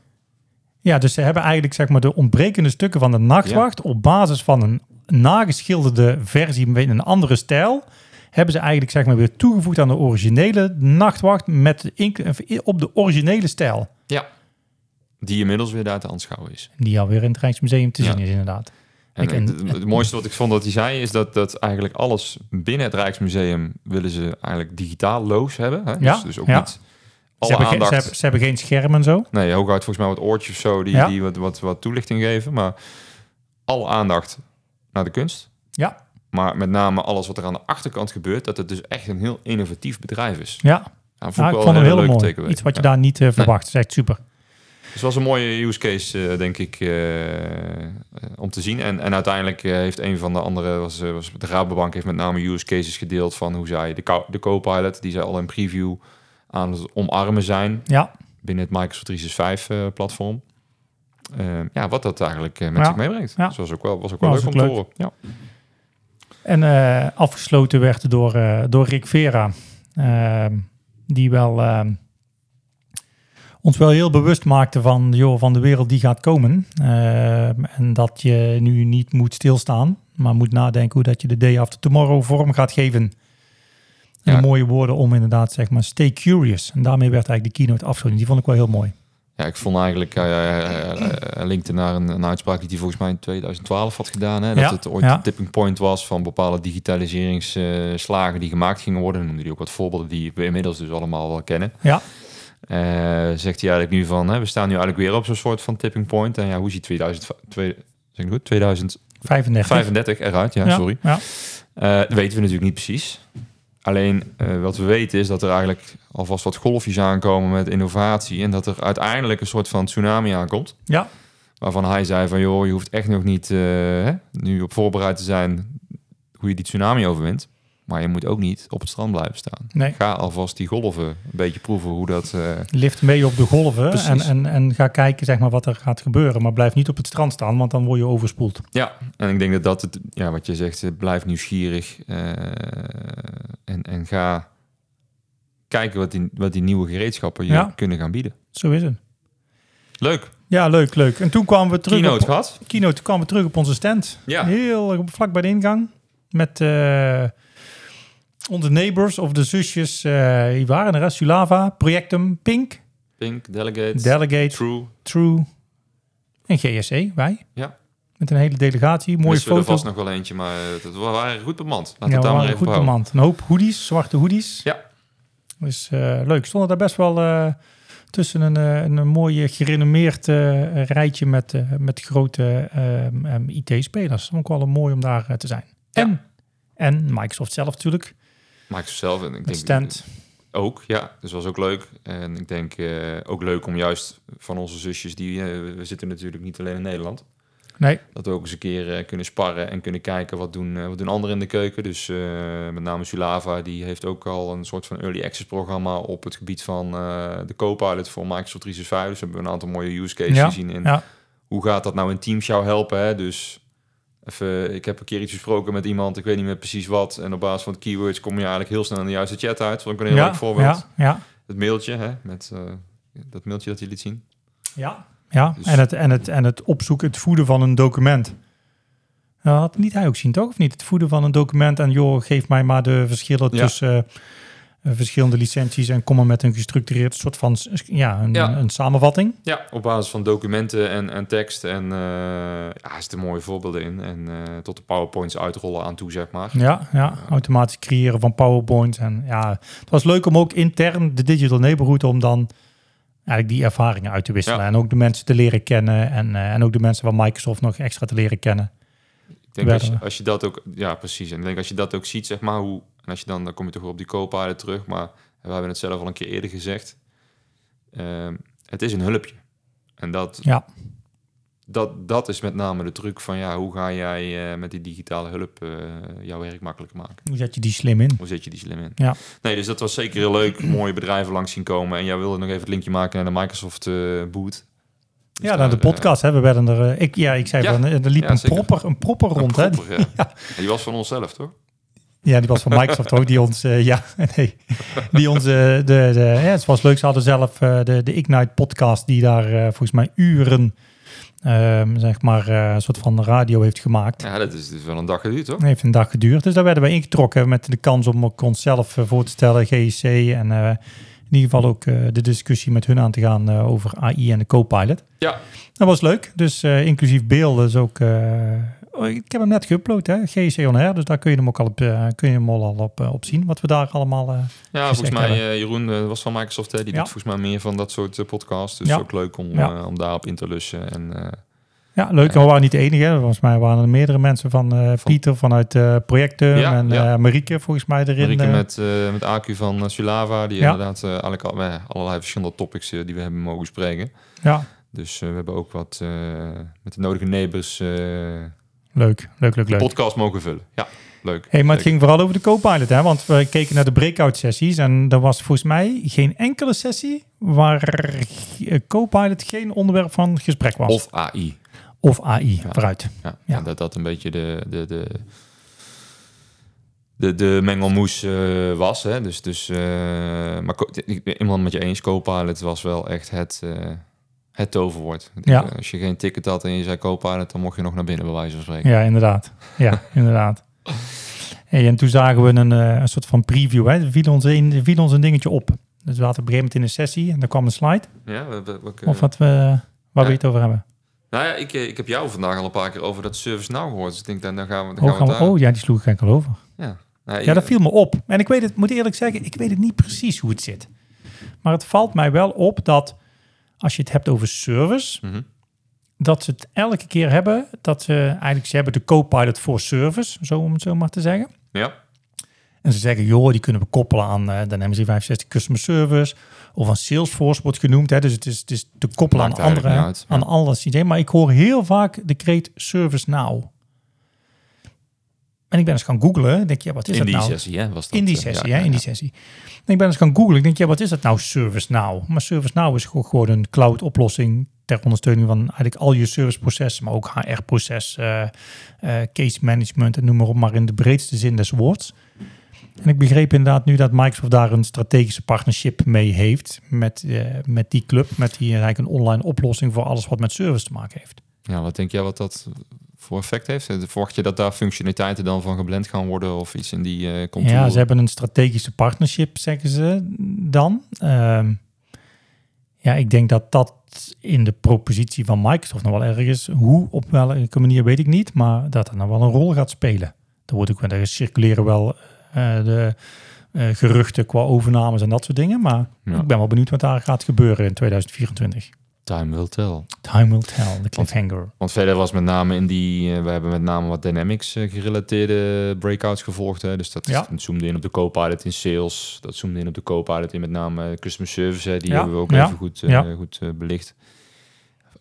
[SPEAKER 2] Ja, dus ze hebben eigenlijk zeg maar, de ontbrekende stukken van de nachtwacht op basis van een nageschilderde versie met een andere stijl. Hebben ze eigenlijk zeg maar, weer toegevoegd aan de originele nachtwacht met de ink- op de originele stijl.
[SPEAKER 3] Ja. Die inmiddels weer daar te aanschouwen is.
[SPEAKER 2] Die alweer in het Rijksmuseum te
[SPEAKER 3] Ja.
[SPEAKER 2] zien is, inderdaad.
[SPEAKER 3] En
[SPEAKER 2] Ik- en-
[SPEAKER 3] het, het mooiste wat ik vond dat hij zei is dat, dat eigenlijk alles binnen het Rijksmuseum willen ze eigenlijk digitaal loos hebben. Hè?
[SPEAKER 2] Ja,
[SPEAKER 3] dus, dus ook
[SPEAKER 2] ja.
[SPEAKER 3] niet
[SPEAKER 2] Ze
[SPEAKER 3] alle
[SPEAKER 2] hebben, geen, ze,
[SPEAKER 3] aandacht.
[SPEAKER 2] hebben, ze hebben geen schermen en zo.
[SPEAKER 3] Nee, hooguit volgens mij wat oortjes of zo die,
[SPEAKER 2] Ja.
[SPEAKER 3] die wat, wat, wat toelichting geven. Maar alle aandacht naar de kunst.
[SPEAKER 2] Ja,
[SPEAKER 3] Maar met name alles wat er aan de achterkant gebeurt, dat het dus echt een heel innovatief bedrijf is.
[SPEAKER 2] ja.
[SPEAKER 3] Ja, vond
[SPEAKER 2] Nou,
[SPEAKER 3] ik
[SPEAKER 2] ik
[SPEAKER 3] wel
[SPEAKER 2] vond hem
[SPEAKER 3] een
[SPEAKER 2] heel
[SPEAKER 3] hele leuke
[SPEAKER 2] mooi.
[SPEAKER 3] takeaway.
[SPEAKER 2] Iets wat je
[SPEAKER 3] Ja.
[SPEAKER 2] daar niet eh, verwacht. Dat is echt super.
[SPEAKER 3] Dus het was een mooie use case, eh, denk ik, eh, eh, om te zien. En, en uiteindelijk eh, heeft een van de andere, was, eh, was de Rabobank, heeft met name use cases gedeeld van hoe zij de, co- de co-pilot, die zij al in preview aan het omarmen zijn
[SPEAKER 2] Ja,
[SPEAKER 3] binnen het Microsoft 365 eh, platform. Eh, ja, wat dat eigenlijk eh, met
[SPEAKER 2] Ja.
[SPEAKER 3] zich meebrengt.
[SPEAKER 2] Ja.
[SPEAKER 3] Dus was ook wel, was ook wel
[SPEAKER 2] Ja,
[SPEAKER 3] leuk om
[SPEAKER 2] was ook
[SPEAKER 3] te horen. Ja.
[SPEAKER 2] En eh, afgesloten werd door, eh, door Rick Vera. Ehm, die wel ehm, ons wel heel bewust maakte van, joh, van de wereld die gaat komen. Ehm, en dat je nu niet moet stilstaan, maar moet nadenken hoe dat je de day after tomorrow vorm gaat geven.
[SPEAKER 3] Ja.
[SPEAKER 2] mooie woorden om inderdaad, zeg maar, stay curious. En daarmee werd eigenlijk de keynote afgesloten. Die vond ik wel heel mooi.
[SPEAKER 3] Ja, ik vond eigenlijk, hij eh, eh, hij linkte naar een, een uitspraak die hij volgens mij in 2012 had gedaan. Hè? Dat
[SPEAKER 2] Ja,
[SPEAKER 3] het ooit
[SPEAKER 2] ja.
[SPEAKER 3] de tipping point was van bepaalde digitaliseringsslagen die gemaakt gingen worden. Dan noemde hij ook wat voorbeelden die we inmiddels dus allemaal wel kennen.
[SPEAKER 2] Ja.
[SPEAKER 3] Eh, zegt hij eigenlijk nu van, hè, we staan nu eigenlijk weer op zo'n soort van tipping point. En ja, hoe ziet 2000, twee- zeg ik het goed? 2035
[SPEAKER 2] 35.
[SPEAKER 3] eruit? Ja,
[SPEAKER 2] Ja,
[SPEAKER 3] sorry.
[SPEAKER 2] Ja.
[SPEAKER 3] Eh, dat weten we natuurlijk niet precies. Alleen eh, wat we weten is dat er eigenlijk alvast wat golfjes aankomen met innovatie. En dat er uiteindelijk een soort van tsunami aankomt.
[SPEAKER 2] Ja.
[SPEAKER 3] Waarvan hij zei van joh, je hoeft echt nog niet eh, hè, nu op voorbereid te zijn hoe je die tsunami overwint. Maar je moet ook niet op het strand blijven staan.
[SPEAKER 2] Nee,
[SPEAKER 3] Ga alvast die golven een beetje proeven hoe dat... eh,
[SPEAKER 2] lift mee op de golven
[SPEAKER 3] Precies.
[SPEAKER 2] en, en, en ga kijken zeg maar, wat er gaat gebeuren. Maar blijf niet op het strand staan, want dan word je overspoeld.
[SPEAKER 3] Ja, en ik denk dat dat het, ja, wat je zegt, eh, blijf nieuwsgierig eh, en, en ga kijken wat die, wat die nieuwe gereedschappen je
[SPEAKER 2] Ja.
[SPEAKER 3] kunnen gaan bieden.
[SPEAKER 2] Zo is het.
[SPEAKER 3] Leuk,
[SPEAKER 2] Ja, leuk, leuk. En toen kwamen we terug
[SPEAKER 3] keynote
[SPEAKER 2] op...
[SPEAKER 3] gehad.
[SPEAKER 2] Keynote kwamen we terug op onze stand.
[SPEAKER 3] Ja.
[SPEAKER 2] Heel vlak bij de ingang. Met eh, onze neighbors of de zusjes. eh die waren er, hè? Sulava, Projectum, Pink,
[SPEAKER 3] Pink, Delegate,
[SPEAKER 2] Delegate,
[SPEAKER 3] True.
[SPEAKER 2] True en GSE, wij.
[SPEAKER 3] Ja.
[SPEAKER 2] Met een hele delegatie, mooie
[SPEAKER 3] Missen we er
[SPEAKER 2] foto.
[SPEAKER 3] vast nog wel eentje, maar eh, dat- we waren goed bemand. Laat
[SPEAKER 2] Ja,
[SPEAKER 3] het
[SPEAKER 2] we
[SPEAKER 3] daar maar
[SPEAKER 2] waren
[SPEAKER 3] even
[SPEAKER 2] goed
[SPEAKER 3] op houden.
[SPEAKER 2] bemand. Een hoop hoodies, zwarte hoodies.
[SPEAKER 3] Ja.
[SPEAKER 2] Dus eh, leuk. Stonden daar best wel eh, tussen een, eh, een, een mooi gerenommeerd eh, rijtje met, eh, met grote ehm, ehm, IT-spelers. Vond ik wel een mooi om daar eh, te zijn.
[SPEAKER 3] Ja.
[SPEAKER 2] En, en Microsoft zelf natuurlijk.
[SPEAKER 3] Maak ze zelf. En ik
[SPEAKER 2] Met
[SPEAKER 3] denk eh,
[SPEAKER 2] stand.
[SPEAKER 3] Ook, ja. Dus was ook leuk. En ik denk eh, ook leuk om juist van onze zusjes, die eh, we zitten natuurlijk niet alleen in Nederland.
[SPEAKER 2] Nee,
[SPEAKER 3] Dat we ook eens een keer eh, kunnen sparren en kunnen kijken wat doen, eh, wat doen anderen in de keuken. Dus eh, met name Sulava, die heeft ook al een soort van early access programma op het gebied van eh, de co-pilot voor Microsoft 365. Dus we hebben een aantal mooie use cases
[SPEAKER 2] Ja,
[SPEAKER 3] gezien. En
[SPEAKER 2] ja.
[SPEAKER 3] hoe gaat dat nou in Teams jou helpen? Hè? Dus even, ik heb een keer iets besproken met iemand, ik weet niet meer precies wat. En op basis van de keywords kom je eigenlijk heel snel in de juiste chat uit. Wat ik een heel
[SPEAKER 2] ja,
[SPEAKER 3] leuk voorbeeld.
[SPEAKER 2] ja, ja,
[SPEAKER 3] Het mailtje, hè? Met, eh, dat mailtje dat je liet zien.
[SPEAKER 2] ja. Ja,
[SPEAKER 3] Dus-
[SPEAKER 2] en, het, en, het, en het opzoeken, het voeden van een document. Ja, had niet hij ook zien, toch? Of niet? Het voeden van een document en joh, geef mij maar de verschillen
[SPEAKER 3] Ja.
[SPEAKER 2] tussen eh, eh, verschillende licenties en kom maar met een gestructureerd soort van s- ja, een,
[SPEAKER 3] Ja.
[SPEAKER 2] een samenvatting.
[SPEAKER 3] Ja, op basis van documenten en, en tekst. En eh ja, er zitten mooie voorbeelden in. En eh, tot de powerpoints uitrollen aan toe, zeg maar.
[SPEAKER 2] Ja, ja, automatisch creëren van PowerPoint. En ja, het was leuk om ook intern de Digital Neighborhood om dan eigenlijk die ervaringen uit te wisselen.
[SPEAKER 3] Ja.
[SPEAKER 2] En ook de mensen te leren kennen en, eh, en ook de mensen van Microsoft nog extra te leren kennen.
[SPEAKER 3] Ik denk als je,
[SPEAKER 2] Werden.
[SPEAKER 3] als je dat ook... Ja, precies. En ik denk als je dat ook ziet, zeg maar, hoe... En als je dan, dan kom je toch weer op die co-pilot terug. Maar we hebben het zelf al een keer eerder gezegd. Ehm, het is een hulpje. En dat,
[SPEAKER 2] Ja.
[SPEAKER 3] dat, dat is met name de truc van, ja, hoe ga jij eh, met die digitale hulp eh, jouw werk makkelijker maken?
[SPEAKER 2] Hoe zet je die slim in?
[SPEAKER 3] Hoe zet je die slim in?
[SPEAKER 2] Ja.
[SPEAKER 3] Nee, dus dat was zeker heel leuk. *clears throat* Mooie bedrijven langs zien komen. En jij wilde nog even het linkje maken naar de Microsoft eh boot. Dus
[SPEAKER 2] ja, nou, de
[SPEAKER 3] daar, eh,
[SPEAKER 2] podcast. Hè, we werden er, eh, ik, ja, ik zei
[SPEAKER 3] Ja,
[SPEAKER 2] van, eh, er liep
[SPEAKER 3] ja,
[SPEAKER 2] een,
[SPEAKER 3] zeker.
[SPEAKER 2] propper, een propper
[SPEAKER 3] een
[SPEAKER 2] rond. Hè?
[SPEAKER 3] propper,
[SPEAKER 2] *laughs*
[SPEAKER 3] ja. En Die was van onszelf, toch?
[SPEAKER 2] Ja, die was van Microsoft ook. Die ons, eh, ja, *laughs* nee, die ons, eh, de, de, ja, het was leuk. Ze hadden zelf eh, de, de Ignite podcast, die daar eh, volgens mij uren, ehm, zeg maar, eh, een soort van radio heeft gemaakt.
[SPEAKER 3] Ja, dat is dus wel een dag geduurd, toch?
[SPEAKER 2] Heeft een dag geduurd. Dus daar werden wij ingetrokken met de kans om ook onszelf eh, voor te stellen, GEC. En eh, in ieder geval ook eh, de discussie met hun aan te gaan eh, over AI en de co-pilot.
[SPEAKER 3] Ja.
[SPEAKER 2] Dat was leuk. Dus eh, inclusief beelden is ook... eh, oh, ik heb hem net geüpload, hè. GEC on Air. Dus daar kun je hem ook al op, eh, kun je hem al op, eh, op zien. Wat we daar allemaal... eh,
[SPEAKER 3] Ja,
[SPEAKER 2] Dus
[SPEAKER 3] volgens
[SPEAKER 2] echt
[SPEAKER 3] mij,
[SPEAKER 2] hebben.
[SPEAKER 3] eh, Jeroen eh, was van Microsoft. Hè? Die
[SPEAKER 2] Ja.
[SPEAKER 3] doet volgens mij meer van dat soort eh, podcasts. Dus
[SPEAKER 2] Ja.
[SPEAKER 3] ook leuk om,
[SPEAKER 2] Ja.
[SPEAKER 3] eh, om daarop in te lussen. En, eh,
[SPEAKER 2] ja, leuk. En we waren niet de enige. hè. Volgens mij waren er meerdere mensen van eh, Pieter vanuit eh projecten.
[SPEAKER 3] Ja,
[SPEAKER 2] en
[SPEAKER 3] ja.
[SPEAKER 2] eh, Marieke volgens mij erin.
[SPEAKER 3] Marieke
[SPEAKER 2] eh,
[SPEAKER 3] met, eh met Aku van eh, Sulava. Die
[SPEAKER 2] Ja.
[SPEAKER 3] inderdaad eh, eigenlijk al, eh, allerlei verschillende topics eh, die we hebben mogen spreken.
[SPEAKER 2] Ja,
[SPEAKER 3] Dus eh, we hebben ook wat eh, met de nodige neighbors eh,
[SPEAKER 2] leuk. Leuk, leuk, leuk.
[SPEAKER 3] podcast mogen vullen. Ja, leuk.
[SPEAKER 2] Hey, maar het ging
[SPEAKER 3] Zeker.
[SPEAKER 2] vooral over de co-pilot, hè? Want we keken naar de breakout sessies en er was volgens mij geen enkele sessie waar eh, co-pilot geen onderwerp van gesprek was.
[SPEAKER 3] Of AI.
[SPEAKER 2] Of AI,
[SPEAKER 3] Ja.
[SPEAKER 2] vooruit.
[SPEAKER 3] Ja,
[SPEAKER 2] Ja.
[SPEAKER 3] en dat dat een beetje de, de, de, de, de mengelmoes eh, was. Hè? Dus, dus, eh, maar co- ik ben helemaal met je eens, Copilot was wel echt het, eh, het toverwoord. Dus, eh,
[SPEAKER 2] Ja.
[SPEAKER 3] Als je geen ticket *laughs* had en je zei Copilot, dan mocht je nog naar binnen bij wijze van spreken.
[SPEAKER 2] Ja, inderdaad. Ja, inderdaad. Hey, en toen zagen we een, eh, een soort van preview. Hè. Er viel ons, een, er viel ons een dingetje op. Dus we zaten op een gegeven moment in een sessie en dan kwam een slide.
[SPEAKER 3] Ja, we- we- we-
[SPEAKER 2] Of wat we, waar
[SPEAKER 3] Ja.
[SPEAKER 2] we het over hebben.
[SPEAKER 3] Nou ja, ik, eh, ik heb jou vandaag al een paar keer over dat ServiceNow gehoord. Dus ik denk, dan, dan gaan we, dan
[SPEAKER 2] Oh,
[SPEAKER 3] gaan
[SPEAKER 2] gaan
[SPEAKER 3] we
[SPEAKER 2] we,
[SPEAKER 3] daar...
[SPEAKER 2] oh ja, die sloeg ik eigenlijk al over.
[SPEAKER 3] Ja. Nou,
[SPEAKER 2] Ja,
[SPEAKER 3] ik-
[SPEAKER 2] dat viel me op. En ik weet het, moet eerlijk zeggen, ik weet het niet precies hoe het zit. Maar het valt mij wel op dat als je het hebt over service,
[SPEAKER 3] Mhm.
[SPEAKER 2] dat ze het elke keer hebben dat ze eigenlijk ze hebben de co-pilot voor service, zo om het zo maar te zeggen.
[SPEAKER 3] Ja,
[SPEAKER 2] En ze zeggen, joh, die kunnen we koppelen aan eh Dynamics 365 Customer Service of aan Salesforce wordt genoemd. Hè. Dus het is, het is te koppelen
[SPEAKER 3] Maakt
[SPEAKER 2] aan andere,
[SPEAKER 3] eigenlijk niet uit,
[SPEAKER 2] aan alle systemen. Maar ik hoor heel vaak de kreet Service Now. En ik ben eens gaan googlen. Ik denk, ja, wat is
[SPEAKER 3] in
[SPEAKER 2] dat
[SPEAKER 3] die
[SPEAKER 2] nou?
[SPEAKER 3] sessie, hè, was dat.
[SPEAKER 2] In die
[SPEAKER 3] eh,
[SPEAKER 2] sessie,
[SPEAKER 3] ja,
[SPEAKER 2] hè,
[SPEAKER 3] ja,
[SPEAKER 2] in die
[SPEAKER 3] ja.
[SPEAKER 2] sessie. En ik ben eens gaan googlen. Ik denk, ja, wat is dat nou, ServiceNow? Maar ServiceNow is gewoon gewoon een cloud-oplossing ter ondersteuning van eigenlijk al je serviceprocessen, maar ook HR-proces, eh, eh, case management en noem maar op, maar in de breedste zin des woords. En ik begreep inderdaad nu dat Microsoft daar een strategische partnership mee heeft met, eh, met die club, met die eigenlijk een online oplossing voor alles wat met service te maken heeft.
[SPEAKER 3] Ja, wat denk jij wat dat voor effect heeft? Eh, Verwacht je dat daar functionaliteiten dan van geblend gaan worden of iets in die eh komt?
[SPEAKER 2] Ja, ze hebben een strategische partnership, zeggen ze dan. Ehm, ja, ik denk dat dat in de propositie van Microsoft nog wel erg is. Hoe, op welke manier, weet ik niet. Maar dat er nog wel een rol gaat spelen. Er, wordt ook, wel- er circuleren wel eh, de eh, geruchten qua overnames en dat soort dingen. Maar
[SPEAKER 3] Ja.
[SPEAKER 2] ik ben wel benieuwd wat daar gaat gebeuren in 2024.
[SPEAKER 3] Time will tell.
[SPEAKER 2] Time will tell, de cliffhanger.
[SPEAKER 3] Want verder was met name in die, eh, we hebben met name wat Dynamics eh, gerelateerde breakouts gevolgd. Hè? Dus dat
[SPEAKER 2] Ja.
[SPEAKER 3] dat zoomde in op de co-pilot in sales. Dat zoomde in op de co-pilot in met name eh, customer service. Hè? Die
[SPEAKER 2] Ja,
[SPEAKER 3] hebben we ook
[SPEAKER 2] ja,
[SPEAKER 3] even goed, eh,
[SPEAKER 2] ja.
[SPEAKER 3] goed eh, belicht.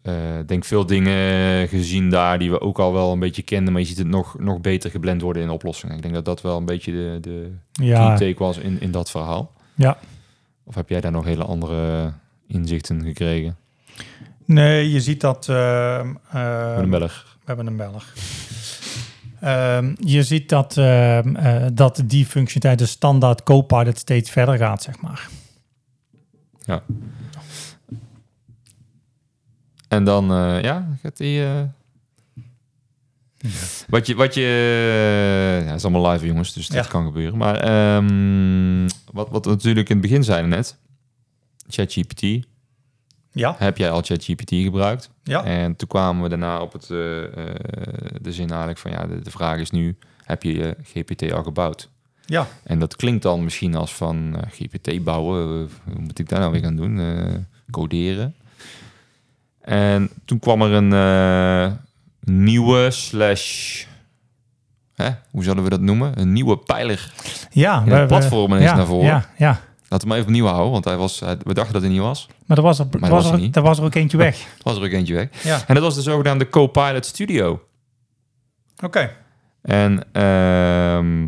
[SPEAKER 3] Eh, Ik denk veel dingen eh, gezien daar die we ook al wel een beetje kenden. Maar je ziet het nog, nog beter geblend worden in oplossingen. Ik denk dat dat wel een beetje de, de key
[SPEAKER 2] Ja,
[SPEAKER 3] take was in, in dat verhaal.
[SPEAKER 2] ja.
[SPEAKER 3] Of heb jij daar nog hele andere inzichten gekregen?
[SPEAKER 2] Nee, je ziet dat... ehm,
[SPEAKER 3] Met een
[SPEAKER 2] ehm,
[SPEAKER 3] beller.
[SPEAKER 2] We hebben een Belg. *laughs* Ehm, je ziet dat, ehm, eh, dat die functionaliteit, de standaard Copilot, steeds verder gaat, zeg maar.
[SPEAKER 3] En dan, eh, ja, gaat die... eh, Wat je, wat je, ja, het is allemaal live jongens, dus dat
[SPEAKER 2] Ja.
[SPEAKER 3] kan gebeuren. Maar ehm, wat, wat we natuurlijk in het begin zeiden net, ChatGPT,
[SPEAKER 2] Ja,
[SPEAKER 3] heb jij al ChatGPT gebruikt?
[SPEAKER 2] ja.
[SPEAKER 3] En toen kwamen we daarna op het, eh, eh, de zin eigenlijk van, ja, de, de vraag is nu, heb je je GPT al gebouwd?
[SPEAKER 2] Ja.
[SPEAKER 3] En dat klinkt dan misschien als van eh, GPT bouwen, eh, hoe moet ik daar nou weer gaan doen? Eh, coderen. En toen kwam er een eh, nieuwe slash, hè, hoe zullen we dat noemen? Een nieuwe pijler.
[SPEAKER 2] ja
[SPEAKER 3] Ja, het platform ineens
[SPEAKER 2] ja,
[SPEAKER 3] naar voren.
[SPEAKER 2] Ja, ja.
[SPEAKER 3] Laten we hem even opnieuw houden, want hij was, hij- we dachten dat hij niet was.
[SPEAKER 2] Maar er was er,
[SPEAKER 3] dat
[SPEAKER 2] was
[SPEAKER 3] was
[SPEAKER 2] er,
[SPEAKER 3] er niet.
[SPEAKER 2] er was er ook eentje weg.
[SPEAKER 3] Het was er ook eentje weg.
[SPEAKER 2] Ja.
[SPEAKER 3] En dat was de zogenaamde Copilot Studio.
[SPEAKER 2] *laughs* Oké.
[SPEAKER 3] En ehm,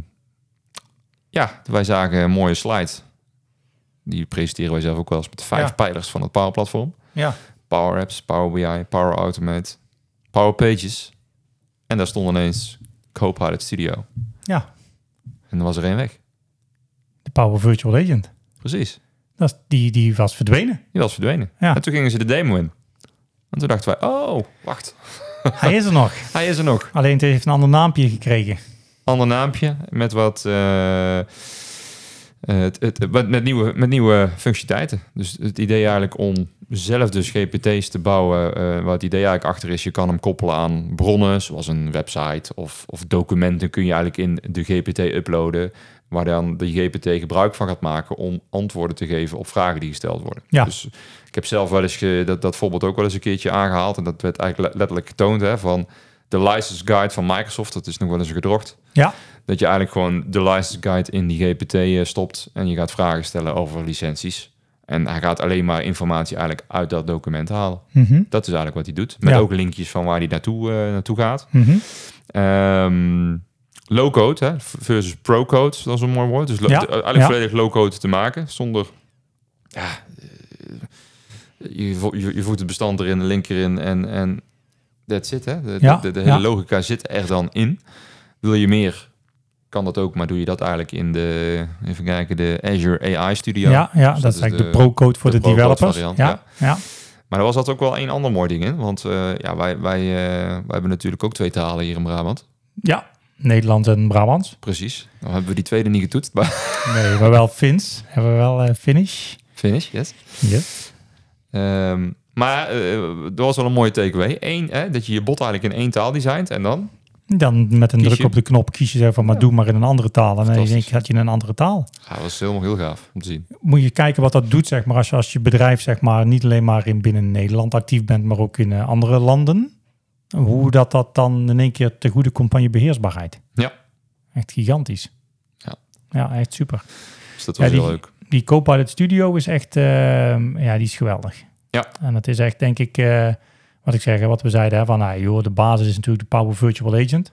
[SPEAKER 3] ja, wij zagen een mooie slide. Die presenteren wij zelf ook wel eens met vijf
[SPEAKER 2] Ja.
[SPEAKER 3] pijlers van het Power Platform.
[SPEAKER 2] Ja.
[SPEAKER 3] Power Apps, Power BI, Power Automate, Power Pages. En daar stond ineens Copilot Studio.
[SPEAKER 2] Ja.
[SPEAKER 3] En er was er één weg.
[SPEAKER 2] De Power Virtual Agent.
[SPEAKER 3] Precies.
[SPEAKER 2] Dat is, die, die was verdwenen. *laughs*
[SPEAKER 3] Die was verdwenen.
[SPEAKER 2] Ja.
[SPEAKER 3] En toen gingen ze de demo in. En toen dachten wij, oh, wacht.
[SPEAKER 2] Hij is er nog.
[SPEAKER 3] Hij is er nog.
[SPEAKER 2] Alleen het heeft een ander naampje gekregen.
[SPEAKER 3] ander naampje met wat eh, eh, het, het, met, met nieuwe, met nieuwe functionaliteiten. Dus het idee eigenlijk om zelf dus GPT's te bouwen. eh waar het idee eigenlijk achter is, je kan hem koppelen aan bronnen, zoals een website of, of documenten kun je eigenlijk in de GPT uploaden. Waar dan de GPT gebruik van gaat maken om antwoorden te geven op vragen die gesteld worden.
[SPEAKER 2] Ja.
[SPEAKER 3] Dus ik heb zelf wel eens ge- dat, dat voorbeeld ook wel eens een keertje aangehaald. En dat werd eigenlijk le- letterlijk getoond hè, van de license guide van Microsoft. Dat is nog wel eens gedrocht.
[SPEAKER 2] Ja,
[SPEAKER 3] Dat je eigenlijk gewoon de license guide in die GPT eh, stopt en je gaat vragen stellen over licenties. En hij gaat alleen maar informatie eigenlijk uit dat document halen.
[SPEAKER 2] Mhm.
[SPEAKER 3] Dat is eigenlijk wat hij doet. Met
[SPEAKER 2] Ja.
[SPEAKER 3] ook linkjes van waar hij naartoe, eh, naartoe gaat.
[SPEAKER 2] Mhm.
[SPEAKER 3] Ehm low-code hè, versus pro-code, dat is een mooi woord. Dus lo-
[SPEAKER 2] Ja,
[SPEAKER 3] de- eigenlijk
[SPEAKER 2] ja.
[SPEAKER 3] volledig low-code te maken, zonder... Ja, eh, je, vo- je, je voegt het bestand erin, de link erin en, en that's it. Hè? De,
[SPEAKER 2] Ja,
[SPEAKER 3] de, de
[SPEAKER 2] ja.
[SPEAKER 3] hele logica zit er dan in. Wil je meer, kan dat ook, maar doe je dat eigenlijk in de... Even kijken, de Azure AI Studio.
[SPEAKER 2] ja, ja, dat
[SPEAKER 3] Dus dat
[SPEAKER 2] is
[SPEAKER 3] is
[SPEAKER 2] eigenlijk de,
[SPEAKER 3] de-
[SPEAKER 2] pro-code voor de,
[SPEAKER 3] de pro-code
[SPEAKER 2] developers.
[SPEAKER 3] variant,
[SPEAKER 2] ja, ja.
[SPEAKER 3] Maar er was dat ook wel een ander mooi ding in. Want eh, ja, wij, wij, eh, wij hebben natuurlijk ook twee talen hier in Brabant.
[SPEAKER 2] ja, Nederlands en Brabants.
[SPEAKER 3] Precies. Dan hebben we die tweede niet getoetst, maar *laughs*
[SPEAKER 2] Nee, maar wel Fins. Hebben we wel eh, Finnish.
[SPEAKER 3] finish, yes.
[SPEAKER 2] Yes.
[SPEAKER 3] Ehm, maar eh, dat was wel een mooie takeaway. Eén, hè, dat je je bot eigenlijk in één taal designt en dan?
[SPEAKER 2] Dan met een
[SPEAKER 3] Kies je.
[SPEAKER 2] druk op de knop kies je zo van, maar doe maar in een andere taal. En dan denk
[SPEAKER 3] Fantastisch.
[SPEAKER 2] je, had je in een andere taal.
[SPEAKER 3] Ja, dat was helemaal heel gaaf om te zien.
[SPEAKER 2] Moet je kijken wat dat doet, zeg maar, als je, als je bedrijf, zeg maar, niet alleen maar in binnen Nederland actief bent, maar ook in eh, andere landen. Hoe dat dat dan in één keer te goede komt van je beheersbaarheid.
[SPEAKER 3] Ja.
[SPEAKER 2] Echt gigantisch.
[SPEAKER 3] Ja.
[SPEAKER 2] Ja, echt super.
[SPEAKER 3] Dus dat
[SPEAKER 2] Ja,
[SPEAKER 3] was
[SPEAKER 2] die-
[SPEAKER 3] heel leuk.
[SPEAKER 2] Die Copilot Studio is echt, ehm, ja, die is geweldig.
[SPEAKER 3] Ja.
[SPEAKER 2] En dat is echt, denk ik, eh, wat ik zeg, hè, wat we zeiden, hè, van nou, joh, de basis is natuurlijk de Power Virtual Agent.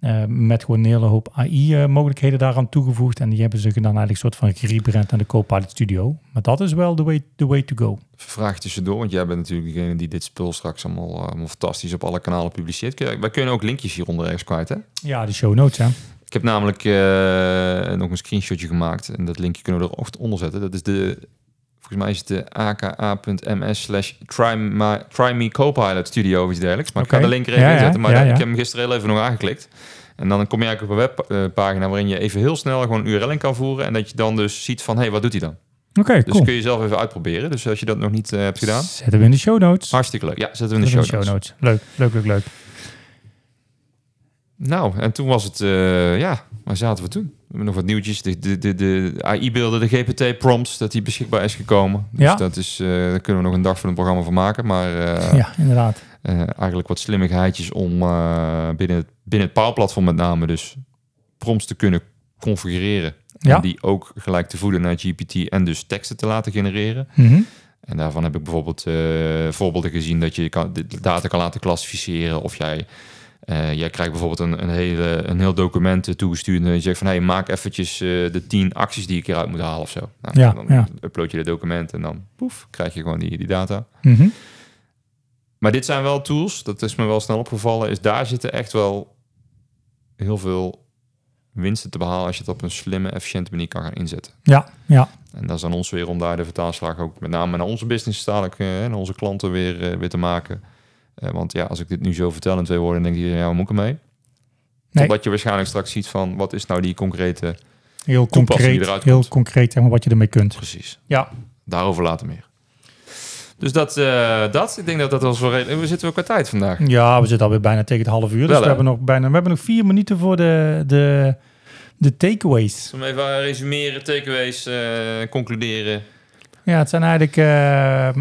[SPEAKER 2] Eh, met gewoon een hele hoop AI-mogelijkheden daaraan toegevoegd. En die hebben ze dan eigenlijk soort van gerebrand naar de Copilot Studio. Maar dat is wel de way, the way to go.
[SPEAKER 3] Vraag tussendoor, want jij bent natuurlijk degene die dit spul straks allemaal, eh, allemaal fantastisch op alle kanalen publiceert. Kun- Wij kunnen ook linkjes hieronder ergens kwijt, hè?
[SPEAKER 2] Ja, de show notes, hè.
[SPEAKER 3] Ik heb namelijk eh, nog een screenshotje gemaakt en dat linkje kunnen we er ook onder zetten. Dat is de, volgens mij is het de aka.ms slash try my- try me Copilot Studio of iets dergelijks. Maar
[SPEAKER 2] Oké.
[SPEAKER 3] ik ga de link er even
[SPEAKER 2] Ja,
[SPEAKER 3] in
[SPEAKER 2] ja,
[SPEAKER 3] zetten, maar
[SPEAKER 2] ja,
[SPEAKER 3] dan-
[SPEAKER 2] ja.
[SPEAKER 3] ik heb hem gisteren heel even nog aangeklikt. En dan kom je eigenlijk op een webpagina waarin je even heel snel gewoon een URL in kan voeren. En dat je dan dus ziet van, hé, hey, wat doet hij dan?
[SPEAKER 2] Oké,
[SPEAKER 3] Dus
[SPEAKER 2] cool.
[SPEAKER 3] kun je zelf even uitproberen. Dus als je dat nog niet eh, hebt gedaan,
[SPEAKER 2] Zetten we in de show notes.
[SPEAKER 3] hartstikke leuk. Ja, zetten we in de
[SPEAKER 2] Zetten
[SPEAKER 3] show
[SPEAKER 2] we
[SPEAKER 3] notes.
[SPEAKER 2] Leuk, leuk, leuk, leuk.
[SPEAKER 3] Nou, en toen was het, eh, ja, waar zaten we toen? We hebben nog wat nieuwtjes. De, de, de, de AI-beelden, de GPT-prompts, dat die beschikbaar is gekomen. Dus
[SPEAKER 2] Ja.
[SPEAKER 3] dat is, eh, daar kunnen we nog een dag van het programma van maken. Maar eh,
[SPEAKER 2] Ja, inderdaad.
[SPEAKER 3] eh, eigenlijk wat slimmigheidjes om eh, binnen, het, binnen het Power-platform met name dus prompts te kunnen configureren.
[SPEAKER 2] Ja.
[SPEAKER 3] En die ook gelijk te voeden naar GPT en dus teksten te laten genereren.
[SPEAKER 2] Mhm.
[SPEAKER 3] En daarvan heb ik bijvoorbeeld eh, voorbeelden gezien dat je kan, de data kan laten klassificeren. Of jij, eh, jij krijgt bijvoorbeeld een, een, hele, een heel document toegestuurd. En je zegt van hey, maak eventjes eh, de tien acties die ik eruit moet halen of zo. Nou,
[SPEAKER 2] Ja,
[SPEAKER 3] dan
[SPEAKER 2] ja.
[SPEAKER 3] upload je het document en dan poef, krijg je gewoon die, die data.
[SPEAKER 2] Mhm.
[SPEAKER 3] Maar dit zijn wel tools, dat is me wel snel opgevallen. Is daar zitten echt wel heel veel winsten te behalen als je het op een slimme, efficiënte manier kan gaan inzetten.
[SPEAKER 2] Ja, ja.
[SPEAKER 3] En dat is aan ons weer om daar de vertaalslag ook met name naar onze business dadelijk eh, en onze klanten weer, eh, weer te maken. Eh, want ja, als ik dit nu zo vertel in twee woorden, dan denk je, ja, waar moet ik ermee?
[SPEAKER 2] Nee.
[SPEAKER 3] Totdat je waarschijnlijk straks ziet van, wat is nou die concrete...
[SPEAKER 2] Heel
[SPEAKER 3] Toepassing die
[SPEAKER 2] concreet,
[SPEAKER 3] eruit
[SPEAKER 2] heel
[SPEAKER 3] komt.
[SPEAKER 2] concreet zeg maar, wat je ermee kunt.
[SPEAKER 3] Precies.
[SPEAKER 2] Ja.
[SPEAKER 3] Daarover later meer. Dus dat, eh, dat ik denk dat dat was wel redelijk... We zitten wel qua tijd vandaag.
[SPEAKER 2] Ja, we zitten alweer bijna tegen het half uur.
[SPEAKER 3] Wel,
[SPEAKER 2] dus we
[SPEAKER 3] hè?
[SPEAKER 2] hebben, nog bijna, we hebben nog vier minuten voor de, de, de takeaways.
[SPEAKER 3] Zullen we even resumeren, takeaways, eh, concluderen?
[SPEAKER 2] Ja, het zijn eigenlijk... eh, eh,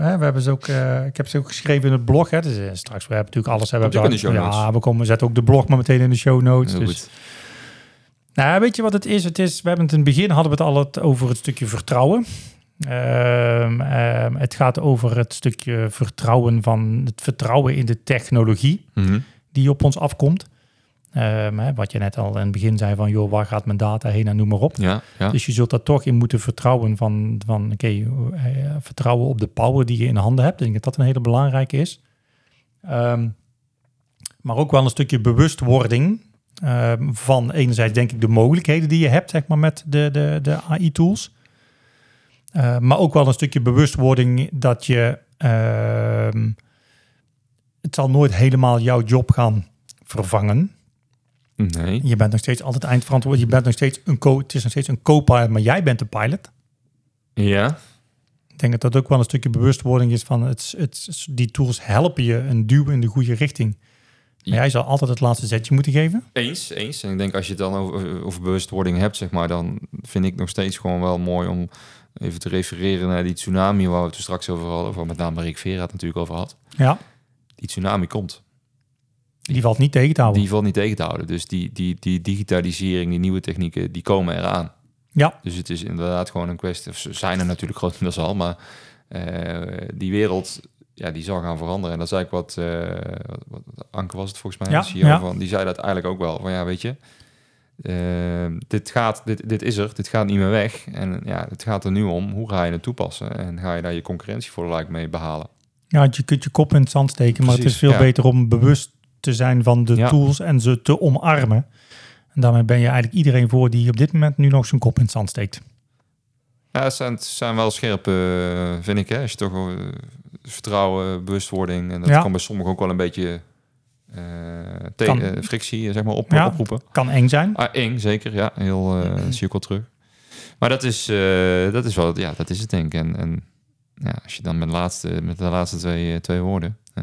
[SPEAKER 2] hè, we hebben ze ook, eh, ik heb ze ook geschreven in het blog. Hè, dus, eh, straks, we hebben natuurlijk alles. Hè, we
[SPEAKER 3] Komt
[SPEAKER 2] hebben
[SPEAKER 3] ook in de
[SPEAKER 2] daar-
[SPEAKER 3] show notes.
[SPEAKER 2] Ja, we, komen, we zetten ook de blog maar meteen in de show notes.
[SPEAKER 3] Heel
[SPEAKER 2] dus.
[SPEAKER 3] goed.
[SPEAKER 2] Nou, weet je wat het is? Het is we hebben het in het begin hadden we het al het over het stukje vertrouwen. Ehm, ehm, het gaat over het stukje vertrouwen van het vertrouwen in de technologie
[SPEAKER 3] Mhm.
[SPEAKER 2] die op ons afkomt. Ehm, hè, wat je net al in het begin zei van, joh, waar gaat mijn data heen en noem maar op.
[SPEAKER 3] Ja, ja.
[SPEAKER 2] Dus je zult daar toch in moeten vertrouwen van, van oké, eh, vertrouwen op de power die je in de handen hebt. Ik denk dat dat een hele belangrijke is. Ehm, maar ook wel een stukje bewustwording ehm, van enerzijds denk ik de mogelijkheden die je hebt, zeg maar, met de, de, de AI-tools. Eh, maar ook wel een stukje bewustwording dat je, ehm, het zal nooit helemaal jouw job gaan vervangen.
[SPEAKER 3] Nee.
[SPEAKER 2] Je bent nog steeds altijd eindverantwoordelijk. Je bent nog steeds een co. Het is nog steeds een co-pilot, maar jij bent de pilot.
[SPEAKER 3] Ja.
[SPEAKER 2] Ik denk dat dat ook wel een stukje bewustwording is van het, het, die tools helpen je een duw in de goede richting. Maar
[SPEAKER 3] Ja.
[SPEAKER 2] jij zal altijd het laatste zetje moeten geven.
[SPEAKER 3] Eens, eens. En ik denk als je het dan over, over bewustwording hebt, zeg maar, dan vind ik nog steeds gewoon wel mooi om even te refereren naar die tsunami waar we het er straks over hadden, waar met name Rick Vera het natuurlijk over had.
[SPEAKER 2] Ja,
[SPEAKER 3] Die tsunami komt.
[SPEAKER 2] die valt niet tegen te houden.
[SPEAKER 3] Die valt niet tegen te houden. Dus die, die, die digitalisering, die nieuwe technieken, die komen eraan.
[SPEAKER 2] Ja,
[SPEAKER 3] Dus het is inderdaad gewoon een kwestie, of ze zijn er natuurlijk grotendeels al, maar eh, die wereld, ja, die zal gaan veranderen. En dat is eigenlijk wat, eh, wat, wat Anke was het volgens mij,
[SPEAKER 2] Ja,
[SPEAKER 3] de CEO
[SPEAKER 2] ja.
[SPEAKER 3] van, die zei dat eigenlijk ook wel. Van ja, weet je, eh, dit, gaat, dit, dit is er, dit gaat niet meer weg. En ja, het gaat er nu om, hoe ga je het toepassen? En ga je daar je concurrentievoordeel mee behalen?
[SPEAKER 2] ja je kunt je kop in het zand steken, maar het
[SPEAKER 3] Precies,
[SPEAKER 2] is veel
[SPEAKER 3] ja.
[SPEAKER 2] beter om bewust te zijn van de
[SPEAKER 3] Ja.
[SPEAKER 2] tools en ze te omarmen. En daarmee ben je eigenlijk iedereen voor die op dit moment nu nog zijn kop in het zand steekt.
[SPEAKER 3] Ja, het zijn, het zijn wel scherpe, eh, vind ik. Hè? Als je toch wel, eh, vertrouwen, bewustwording. En dat
[SPEAKER 2] Ja.
[SPEAKER 3] kan bij sommigen ook wel een beetje eh, te-
[SPEAKER 2] Kan-
[SPEAKER 3] eh, frictie, zeg maar, op,
[SPEAKER 2] Ja.
[SPEAKER 3] oproepen.
[SPEAKER 2] Kan eng zijn.
[SPEAKER 3] Ah, eng, zeker. Ja, heel eh zie ik wel terug. Maar dat is, eh, dat is wel, ja, dat is het denk ik. En, en ja, als je dan met, laatste, met de laatste twee, eh, twee woorden, hè,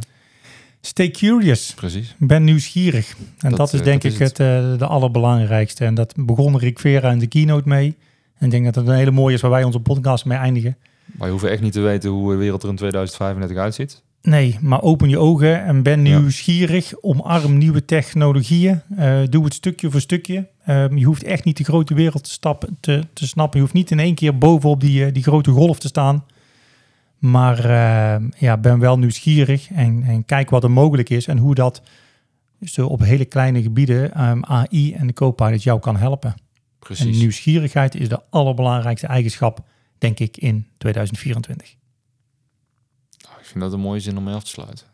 [SPEAKER 2] Stay curious.
[SPEAKER 3] precies.
[SPEAKER 2] Ben nieuwsgierig. En dat,
[SPEAKER 3] Dat,
[SPEAKER 2] is
[SPEAKER 3] eh,
[SPEAKER 2] denk
[SPEAKER 3] dat
[SPEAKER 2] ik
[SPEAKER 3] is
[SPEAKER 2] het,
[SPEAKER 3] het.
[SPEAKER 2] eh, de allerbelangrijkste. En dat begon Rick Vera in de keynote mee. En ik denk dat dat een hele mooie is waar wij onze podcast mee eindigen.
[SPEAKER 3] Maar je hoeft echt niet te weten hoe de wereld er in 2035 uitziet.
[SPEAKER 2] Nee, maar open je ogen en ben
[SPEAKER 3] Ja.
[SPEAKER 2] nieuwsgierig. Omarm nieuwe technologieën. Eh, doe het stukje voor stukje. Eh, je hoeft echt niet de grote wereld te, stappen, te, te snappen. Je hoeft niet in één keer bovenop die, eh, die grote golf te staan. Maar eh, ja, ben wel nieuwsgierig en, en kijk wat er mogelijk is en hoe dat zo op hele kleine gebieden ehm, AI en de Copilot jou kan helpen. En
[SPEAKER 3] Precies.
[SPEAKER 2] nieuwsgierigheid is de allerbelangrijkste eigenschap, denk ik, in 2024.
[SPEAKER 3] Nou, ik vind dat een mooie zin om mee af te sluiten.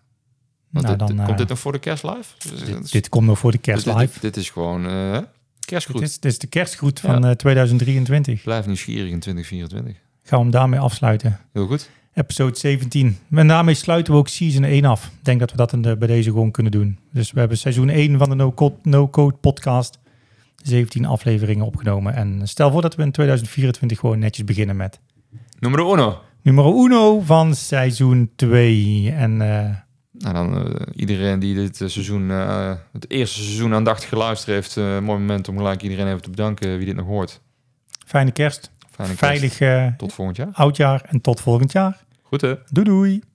[SPEAKER 3] Want
[SPEAKER 2] Nou,
[SPEAKER 3] dit-
[SPEAKER 2] dan,
[SPEAKER 3] dit-
[SPEAKER 2] eh,
[SPEAKER 3] komt dit nog voor de kerst live? Dus dat is-
[SPEAKER 2] dit, dit komt nog voor de kerst
[SPEAKER 3] dus
[SPEAKER 2] live.
[SPEAKER 3] dit- Dit, dit is gewoon eh
[SPEAKER 2] Dit
[SPEAKER 3] kerstgoed.
[SPEAKER 2] is, dit is de kerstgroet van eh, 2023.
[SPEAKER 3] Blijf nieuwsgierig in 2024.
[SPEAKER 2] Gaan we hem daarmee afsluiten.
[SPEAKER 3] Heel goed.
[SPEAKER 2] Episode 17. En daarmee sluiten we ook season 1 af. Ik denk dat we dat in de- bij deze gewoon kunnen doen. Dus we hebben seizoen 1 van de No Code, no Code podcast. 17 afleveringen opgenomen. En stel voor dat we in 2024 gewoon netjes beginnen met
[SPEAKER 3] Nummer uno.
[SPEAKER 2] nummer 1 van seizoen 2. En eh,
[SPEAKER 3] Nou, dan eh, iedereen die dit eh, seizoen, eh, het eerste seizoen aandachtig geluisterd heeft, eh, mooi moment om gelijk iedereen even te bedanken wie dit nog hoort.
[SPEAKER 2] fijne kerst.
[SPEAKER 3] Fijne kerst.
[SPEAKER 2] Veilig eh,
[SPEAKER 3] Tot volgend jaar.
[SPEAKER 2] oudjaar en tot volgend jaar.
[SPEAKER 3] Goed hè?
[SPEAKER 2] Doei doei.